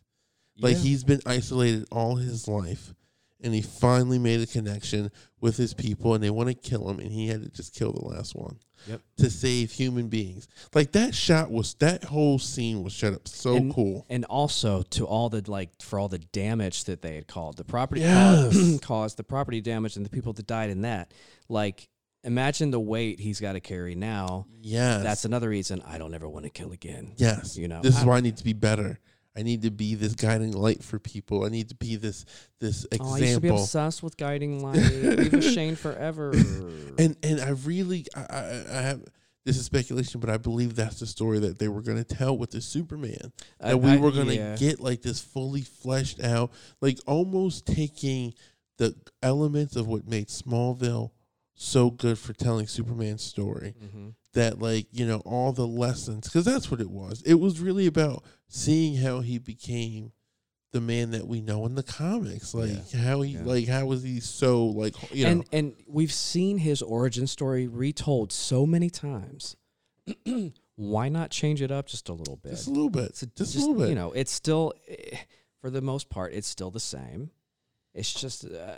Like yeah. he's been isolated all his life, and he finally made a connection with his people, and they want to kill him, and he had to just kill the last one Yep. to save human beings. Like that shot was that whole scene was shut up so and, cool. And also to all the like for all the damage that they had called the property Yes. caused, caused, the property damage, and the people that died in that. Like, imagine the weight he's got to carry now. Yes, That's another reason I don't ever want to kill again. yes. you know, this is I- why I need to be better. I need to be this guiding light for people. I need to be this this Oh, I used to be example. obsessed with Guiding Light. Leave with Shane forever. Mm. and and I really I, I, I have this is speculation, but I believe that's the story that they were going to tell with the Superman that I- we I- were going to yeah. get like this fully fleshed out, like almost taking the elements of what made Smallville so good for telling Superman's story. Mm-hmm. That like you know all the lessons because that's what it was. It was really about seeing how he became the man that we know in the comics. Like how he like how was he so like you know and and we've seen his origin story retold so many times. Why not change it up just a little bit? Just a little bit. It's a- just, a little bit. You know, it's still, eh, for the most part, it's still the same. It's just uh,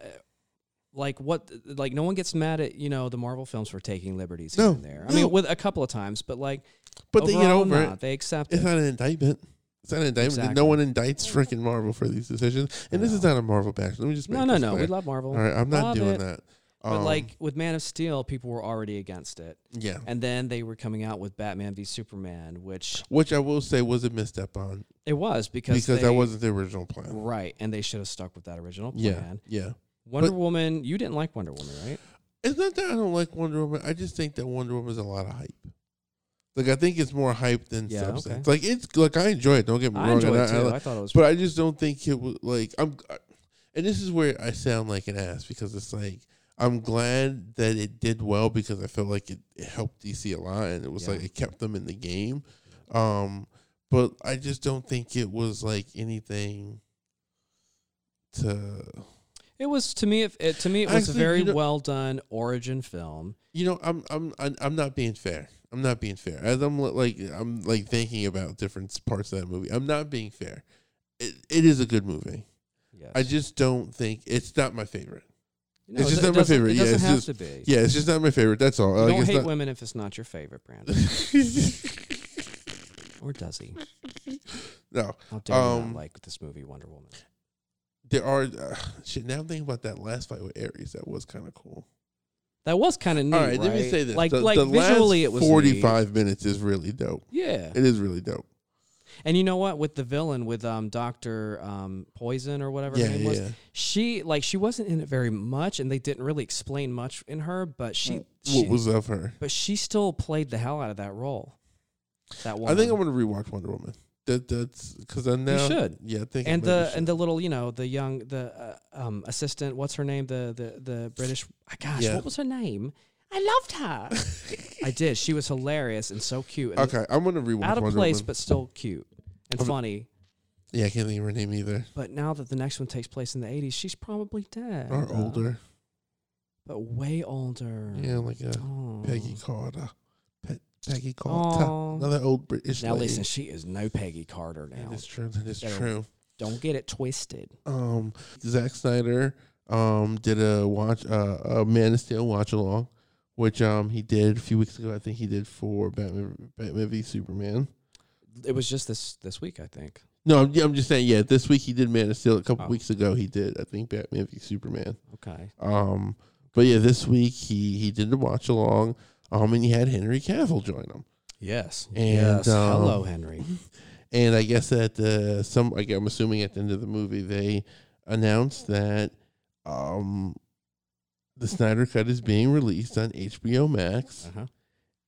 like what, like no one gets mad at you know the Marvel films for taking liberties here No, and there. I no. mean, with a couple of times, but like, But they get overall, over nah, it. They accept it's it. not an indictment. It's not an indictment. Exactly. No one indicts freaking Marvel for these decisions. And this is not a Marvel bash. Let me just make No, no, this no. clear. We love Marvel. All right, I'm not Love doing it. that. But Um, Oh. like with Man of Steel, people were already against it, yeah, and then they were coming out with Batman v Superman, which which I will say was a misstep on it was because because they- that wasn't the original plan. right, and they should have stuck with that original plan. Yeah, yeah. Wonder But- Woman, you didn't like Wonder Woman, right? It's not that I don't like Wonder Woman. I just think that Wonder Woman is a lot of hype. Like I think it's more hype than Yeah, substance. okay. Like it's like I enjoy it. Don't get me I wrong. enjoyed and it too. like- I, thought it was. but I just don't think it was like I'm, I- and this is where I sound like an ass because it's like I'm glad that it did well because I felt like it, it helped DC a lot and it was Yeah. like it kept them in the game, um, but I just don't think it was like anything to It was to me. It, it- to me, it was Actually, a very you know- well done origin film. you know I'm I'm I'm, I'm not being fair. I'm not being fair. As I'm li- like I'm like thinking about different parts of that movie. I'm not being fair. It, it is a good movie. Yes. I just don't think it's not my favorite. No, it's just it not my doesn't- favorite. It Yeah, doesn't it's have just- to be. Yeah, it's just not my favorite. That's all. You Like, don't it's hate not- women if it's not your favorite, Brandon. or does he? no, How dare you Um, not like this movie, Wonder Woman? there are uh, shit. Now I'm thinking about that last fight with Aries. That was kind of cool. That was kind of neat. All right, let me right? say this. Like, the, like the visually, it last was neat. 45 minutes is really dope. Yeah, It is really dope. and you know what? With the villain, with um Doctor um Poison or whatever Yeah, her name yeah, was, yeah. she like she wasn't in it very much, and they didn't really explain much in her, but she, she what was of her? but she still played the hell out of that role. That one. I think I'm gonna rewatch Wonder Woman. That that's because I now should. Yeah, I think I and maybe the should. and the little you know the young the uh, um assistant what's her name the the the British ah, gosh Yeah. what was her name I loved her I did she was hilarious and so cute and okay, I'm gonna rewatch out of Wonder place Woman. but still cute and I'm- funny yeah, I can't think of her name either. but now that the next one takes place in the 80s she's probably dead Or uh, older. but way older Yeah, like a oh. Peggy Carter. Pe- Peggy Carter. Aw. Another old British now lady. listen she is no Peggy Carter now That is true. That is Gotta- true. don't get it twisted um Zack Snyder um did a watch uh, a Man of Steel watch along, which um he did a few weeks ago. I think he did for Batman Batman v Superman. it was just this this week I think No, I'm, I'm just saying. Yeah, this week he did Man of Steel. A couple Oh. weeks ago he did I think Batman v Superman. okay Um, but yeah, this week he he did a watch along. Um, and he had Henry Cavill join him. yes And, yes um, hello Henry And I guess at uh, some, like, I'm assuming at the end of the movie, they announced that um, the Snyder Cut is being released on HBO Max, uh-huh.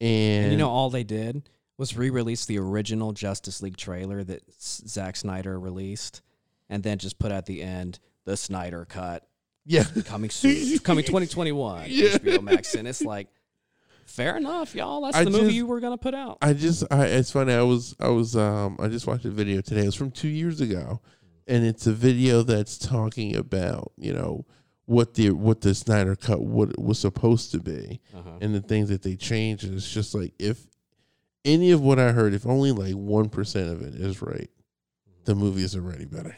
and, And you know, all they did was re-release the original Justice League trailer that S- Zack Snyder released, and then just put at the end the Snyder cut yeah, coming soon, coming 2021 Yeah. HBO Max, and it's like, fair enough, y'all. That's I the movie just- you were gonna put out. I just, I, it's funny. I was, I was, um, I just watched a video today. It was from two years ago, and it's a video that's talking about, you know, what the what the Snyder Cut what was supposed to be, Uh-huh. Mm-hmm. and the things that they changed. And it's just like if any of what I heard, if only like one percent of it is right, the movie is already better.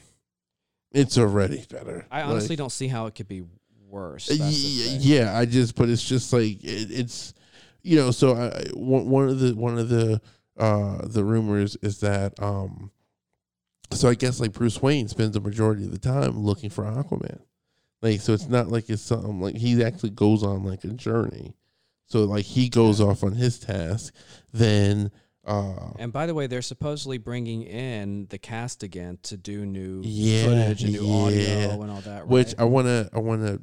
It's already better. I honestly Like, don't see how it could be worse. y- That's the thing. yeah, I just, but it's just like it, it's, you know. So I I- one one of the one of the uh the rumors is that um, so I guess like Bruce Wayne spends the majority of the time looking for Aquaman, like so it's not like it's something like he actually goes on like a journey, so like he goes off on his task, then Uh, And by the way, they're supposedly bringing in the cast again to do new Yeah, footage and new yeah. audio and all that, right? Which I wanna I wanna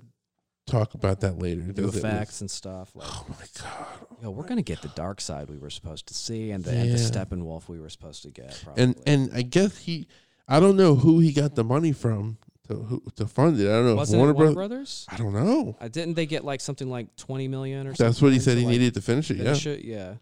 talk about that later. new because it was- effects and stuff. Like, Oh my god. yo, we're gonna get the dark side we were supposed to see, and the, and the Yeah. Steppenwolf we were supposed to get. Probably. And and I guess he I don't know who he got the money from to who, to fund it. I don't know wasn't if Warner, it Warner Brothers? Bros. I don't know. Uh, didn't they get like something like twenty million or something? That's what he said to, he like, needed to finish it. Yeah. finish it? Yeah.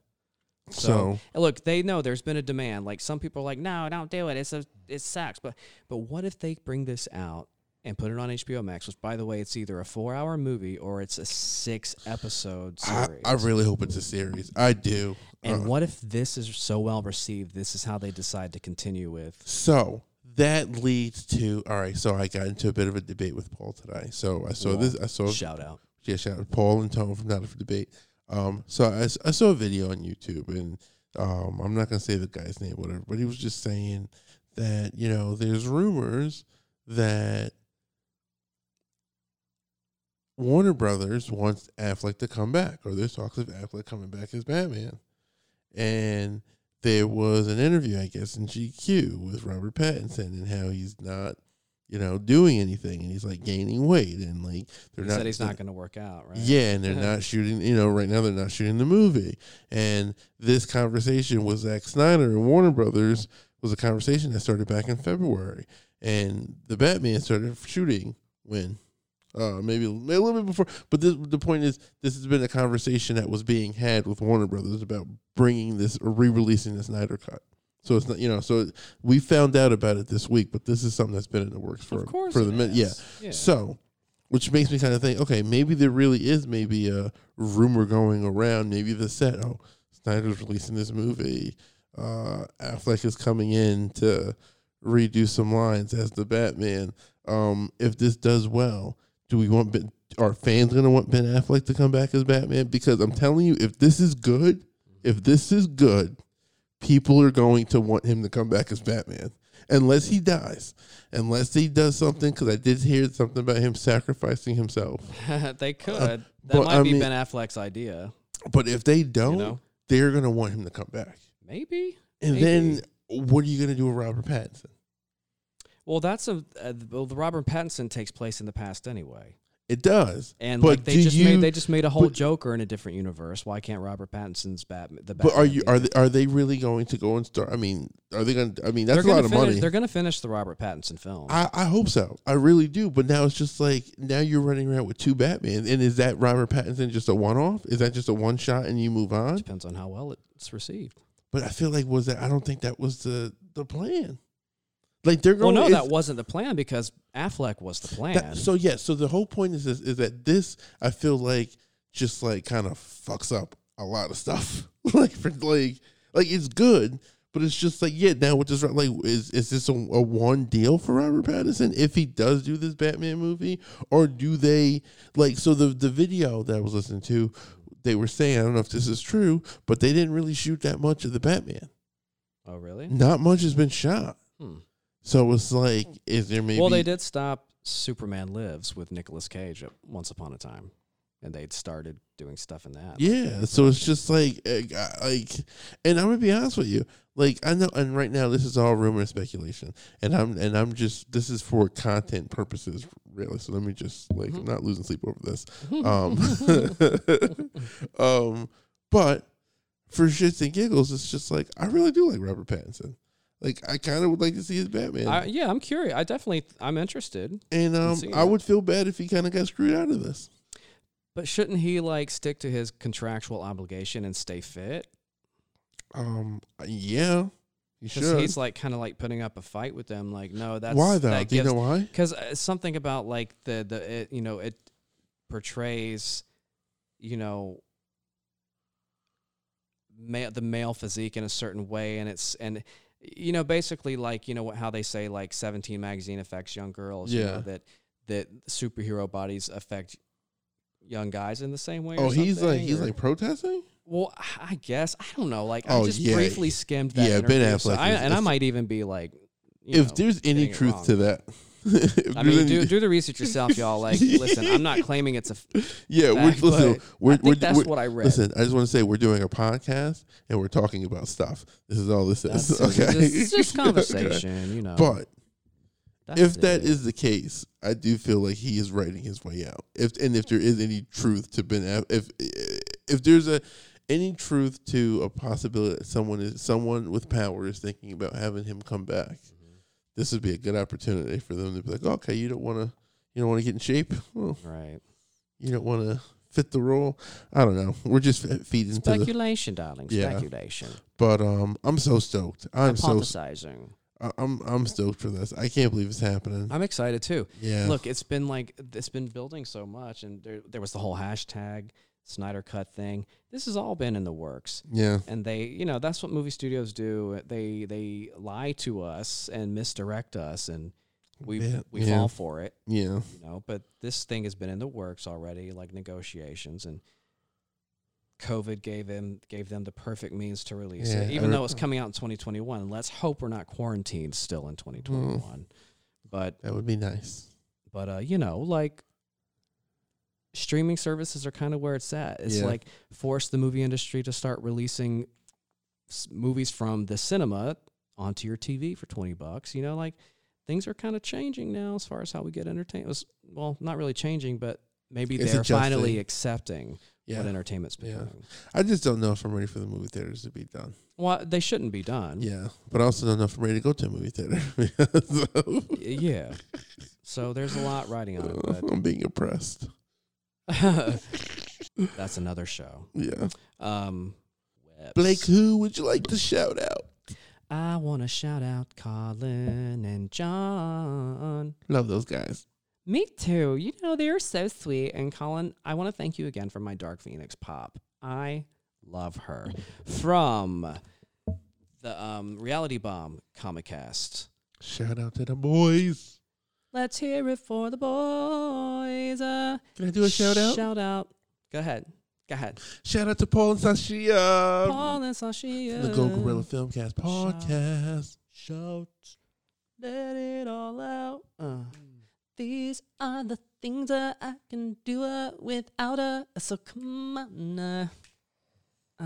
So, And look, they know there's been a demand. Like some people are like, no, don't do it. It's a it sucks. But but what if they bring this out and put it on HBO Max? Which by the way, it's either a four hour movie or it's a six episode I, series. I really hope it's a series. I do. and Uh, what if this is so well received? This is how they decide to continue with. So that leads to all right. So I got into a bit of a debate with Paul today. So I saw this. I saw Shout out. yeah, shout out Paul and Tom from Not for Debate. Um, so I, s- I saw a video on YouTube, and um, I'm not gonna say the guy's name, whatever, but he was just saying that you know there's rumors that Warner Brothers wants Affleck to come back, or there's talks of Affleck coming back as Batman, and there was an interview, I guess, in GQ with Robert Pattinson and how he's not. You know, doing anything, and he's like gaining weight, and like they're He not. said he's not going to work out, right? Yeah, and they're not shooting. You know, right now they're not shooting the movie. And this conversation with Zack Snyder and Warner Brothers was a conversation that started back in February, and the Batman started shooting when. Uh, maybe a little bit before, but this, the point is, this has been a conversation that was being had with Warner Brothers about bringing this or re-releasing the Snyder cut. So it's not, you know, so we found out about it this week, but this is something that's been in the works for Of course for it the min- is. yeah. Yeah. So, which makes me kind of think, okay, maybe there really is maybe a rumor going around. Maybe the set, oh, Snyder's releasing this movie. Uh, Affleck is coming in to redo some lines as the Batman. Um, if this does well, do we want ben, are fans going to want Ben Affleck to come back as Batman? Because I'm telling you, if this is good, if this is good, people are going to want him to come back as Batman. Unless he dies, unless he does something, because I did hear something about him sacrificing himself. they could. that uh, but might I be mean- Ben Affleck's idea. But if they don't, know? they're gonna want him to come back. Maybe. And Maybe. then what are you gonna do with Robert Pattinson? Well, that's a uh, well, the Robert Pattinson takes place in the past anyway. It does, And but like they do just you, made they just made a whole but- Joker in a different universe. Why can't Robert Pattinson's Batman? The Batman But are you be are there? they, are they really going to go and start? I mean, are they gonna? I mean, that's a They're lot gonna of finish- money. They're gonna finish the Robert Pattinson film. I, I hope so. I really do. But now it's just like now you're running around with two Batmans, and is that Robert Pattinson just a one off? Is that just a one shot and you move on? Depends on how well it's received. But I feel like was that I don't think that was the the plan. Like they're Well, going. no, it's- that wasn't the plan because Affleck was the plan. that- so yeah. So the whole point is, is is that this I feel like just like kind of fucks up a lot of stuff. like for like like it's good. But it's just like yeah. Now with this, like, is is this a, a one deal for Robert Pattinson if he does do this Batman movie, or do they like? So the the video that I was listening to, they were saying I don't know if this is true, but they didn't really shoot that much of the Batman. oh, really? Not much has been shot. Hmm. So it's like, is there maybe? Well, they did stop Superman Lives with Nicolas Cage at once upon a time, and they'd started doing stuff in that. Yeah, so it's just like, eh, I- like, and I'm gonna be honest with you. Like, I know, and right now this is all rumor and speculation, and I'm and I'm just this is for content purposes, really. So let me just like, Mm-hmm. I'm not losing sleep over this. Um, um, but for shits and giggles, it's just like I really do like Robert Pattinson. Like, I kind of would like to see his Batman, I, yeah, I'm curious. I definitely, I'm interested. and um, see I it. would feel bad if he kind of got screwed out of this. But shouldn't he like stick to his contractual obligation and stay fit? Um, yeah, he Because should. he's like kind of like putting up a fight with them. Like, no, that's why though? That do you know why? Because uh, something about like the the it, you know it portrays, you know, ma- the male physique in a certain way, and it's and you know basically like you know how they say like Seventeen magazine affects young girls. You Yeah. know, that that superhero bodies affect young guys in the same way. Oh, or he's like something, he's or- like protesting. Well, I guess I don't know. Like I Oh, just yeah. briefly skimmed that. Yeah, Ben interview, so Affleck I, is- and I is- might even be like, you If know, there's any getting it truth wrong. to that, I mean, do, do the research yourself, y'all. Like, listen, I'm not claiming it's a. f- Yeah, we're fact, listen. but We're, I think we're, that's we're- what I read. Listen, I just want to say we're doing a podcast and we're talking about stuff. This is all this is. That's- okay, it's just- it's just Okay. conversation, you know. But That's if that it. is the case, I do feel like he is writing his way out. If and if there is any truth to Ben, Aff- if if there's a any truth to a possibility that someone is someone with power is thinking about having him come back, Mm-hmm. this would be a good opportunity for them to be like, okay, you don't want to, you don't want to get in shape, Well, right, you don't want to fit the role. I don't know. We're just fe- feeding to the speculation, darling, Yeah. speculation, But um, I'm so stoked. I'm so hypothesizing. I- I'm I'm stoked for this. I can't believe it's happening. I'm excited too. Yeah. Uh, Look, it's been like it's been building so much, and there there was the whole hashtag Snyder Cut thing. This has all been in the works. yeah, and they you know that's what movie studios do they they lie to us and misdirect us and we Yeah, we yeah. fall for it yeah. you know but this thing has been in the works already like negotiations and covid gave him gave them the perfect means to release Yeah, I it even re- though it's coming out in 2021 and let's hope we're not quarantined still in 2021 Hmm. but That would be nice. but uh you know like streaming services are kind of where it's at it's Yeah. like force the movie industry to start releasing s- movies from the cinema onto your tv for 20 bucks you know like things are kind of changing now as far as how we get entertained was well not really changing but maybe It's they're adjusting. finally accepting Yeah. what entertainment's Yeah. becoming I just don't know if I'm ready for the movie theaters to be done. well they shouldn't be done Yeah, but I also don't know if I'm ready to go to a movie theater. so, Y- yeah so there's a lot riding on it but I'm being oppressed. that's another show Yeah, um Blake, who would you like to shout out? I want to shout out Colin and John. Love those guys. Me too. You know, they're so sweet. And Colin, I want to thank you again for my Dark Phoenix pop. I love her. From the um, Reality Bomb Comicast. Shout out to the boys. Let's hear it for the boys. Uh, Can I do a shout out? Shout out. Go ahead. Go ahead. Shout out to Paul and Sashia. Paul and Sashia. Um, The Gold Gorilla Shout. Filmcast podcast. Shout, let it all out. Uh. These are the things that I can do uh, without her. So come on. Uh. Uh,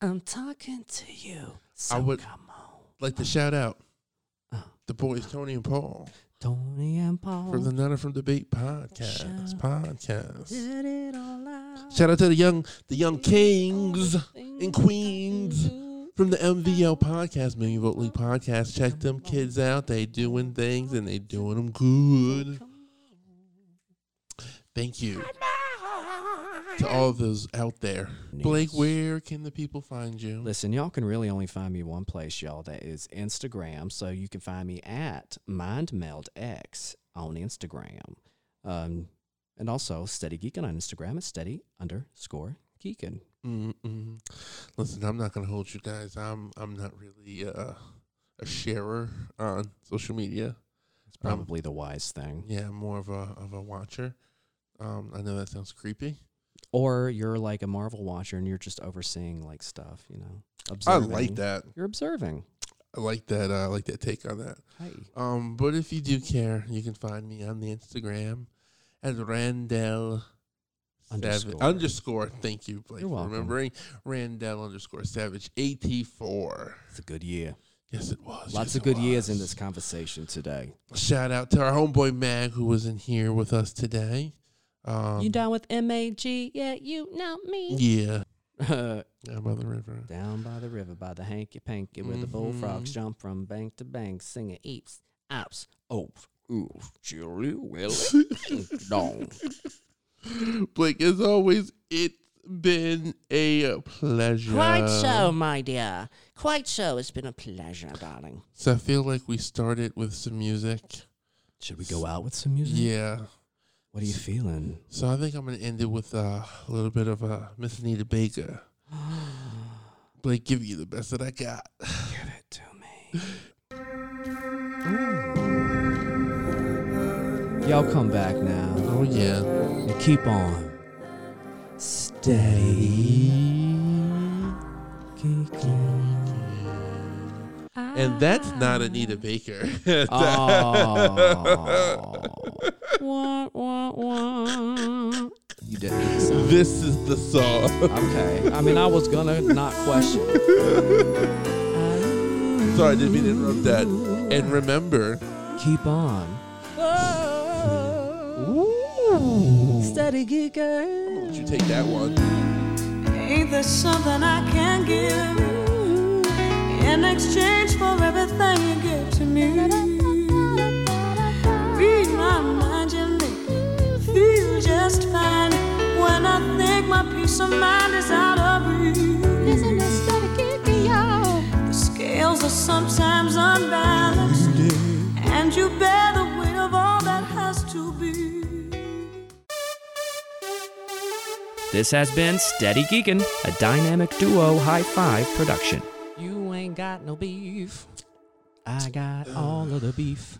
I'm talking to you. So would- come on. Like to shout out Uh. the boys Tony and Paul. Tony and Paul. for the Nutter from Debate podcast. Oh. Shout- podcast. let it all out. Shout out to the young, the young All the kings things I and can queens do. from the MVL podcast, Million Vote League podcast. Check them kids out. They doing things and they doing them good. Thank you to all those out there. Blake, where can the people find you? Listen, y'all can really only find me one place, y'all. That is Instagram. So you can find me at MindMeldX on Instagram. Um, and also Steady Geekin on Instagram at Steady underscore Geekin. Mm-mm. Listen, I'm not gonna hold you guys. I'm I'm not really uh, a sharer on social media. It's Um, probably the wise thing. Yeah, more of a of a watcher. Um, I know that sounds creepy. Or you're like a Marvel watcher and you're just overseeing like stuff, you know. I Observing. like that. You're observing. I like that. Uh, I like that take on that. Hey. Um, but if you do care, you can find me on the Instagram at Randell Savage Underscore. underscore. Thank you, Blake, You're for welcome. remembering Randell underscore Savage eighty four. It's a good year. Yes, it was. Lots Yes, of it good years in was. this conversation today. Shout out to our homeboy Mag who was in here with us today. Um, you down with M A G, yeah, you, not me. Yeah, G down by the river. Down by the river, by the hanky panky, where the bullfrogs Mhm. jump from bank to bank, singing eeps, ops, oops, oof, chilly, willy, dong. Blake, as always, it's been a pleasure. Quite so, my dear. Quite so. It's been a pleasure, darling. So I feel like we started with some music. Should we go out with some Mm-hmm. music? Yeah. What are you feeling? So I think I'm gonna end it with uh, a little bit of uh, Miss Anita Baker. Blake, give you the best that I got. Give it to me. Y'all come back now Oh yeah. and keep on steady. Geeking. And and that's not Anita Baker. Ah. Wah, wah, wah. You did not sound. this is the song. Okay. I mean, I was gonna not question. Sorry, I didn't mean to interrupt that. And remember, Keep on. Steady geeker. would you take that one? Ain't there something I can give you in exchange for everything you give to me? Read my mind, you make me feel just fine when I think my peace of mind is out of reach. The scales are sometimes unbalanced, and you bear the weight of all that has to be. This has been Steady Geekin', a dynamic duo high five production. You ain't got no beef. I got all of the beef.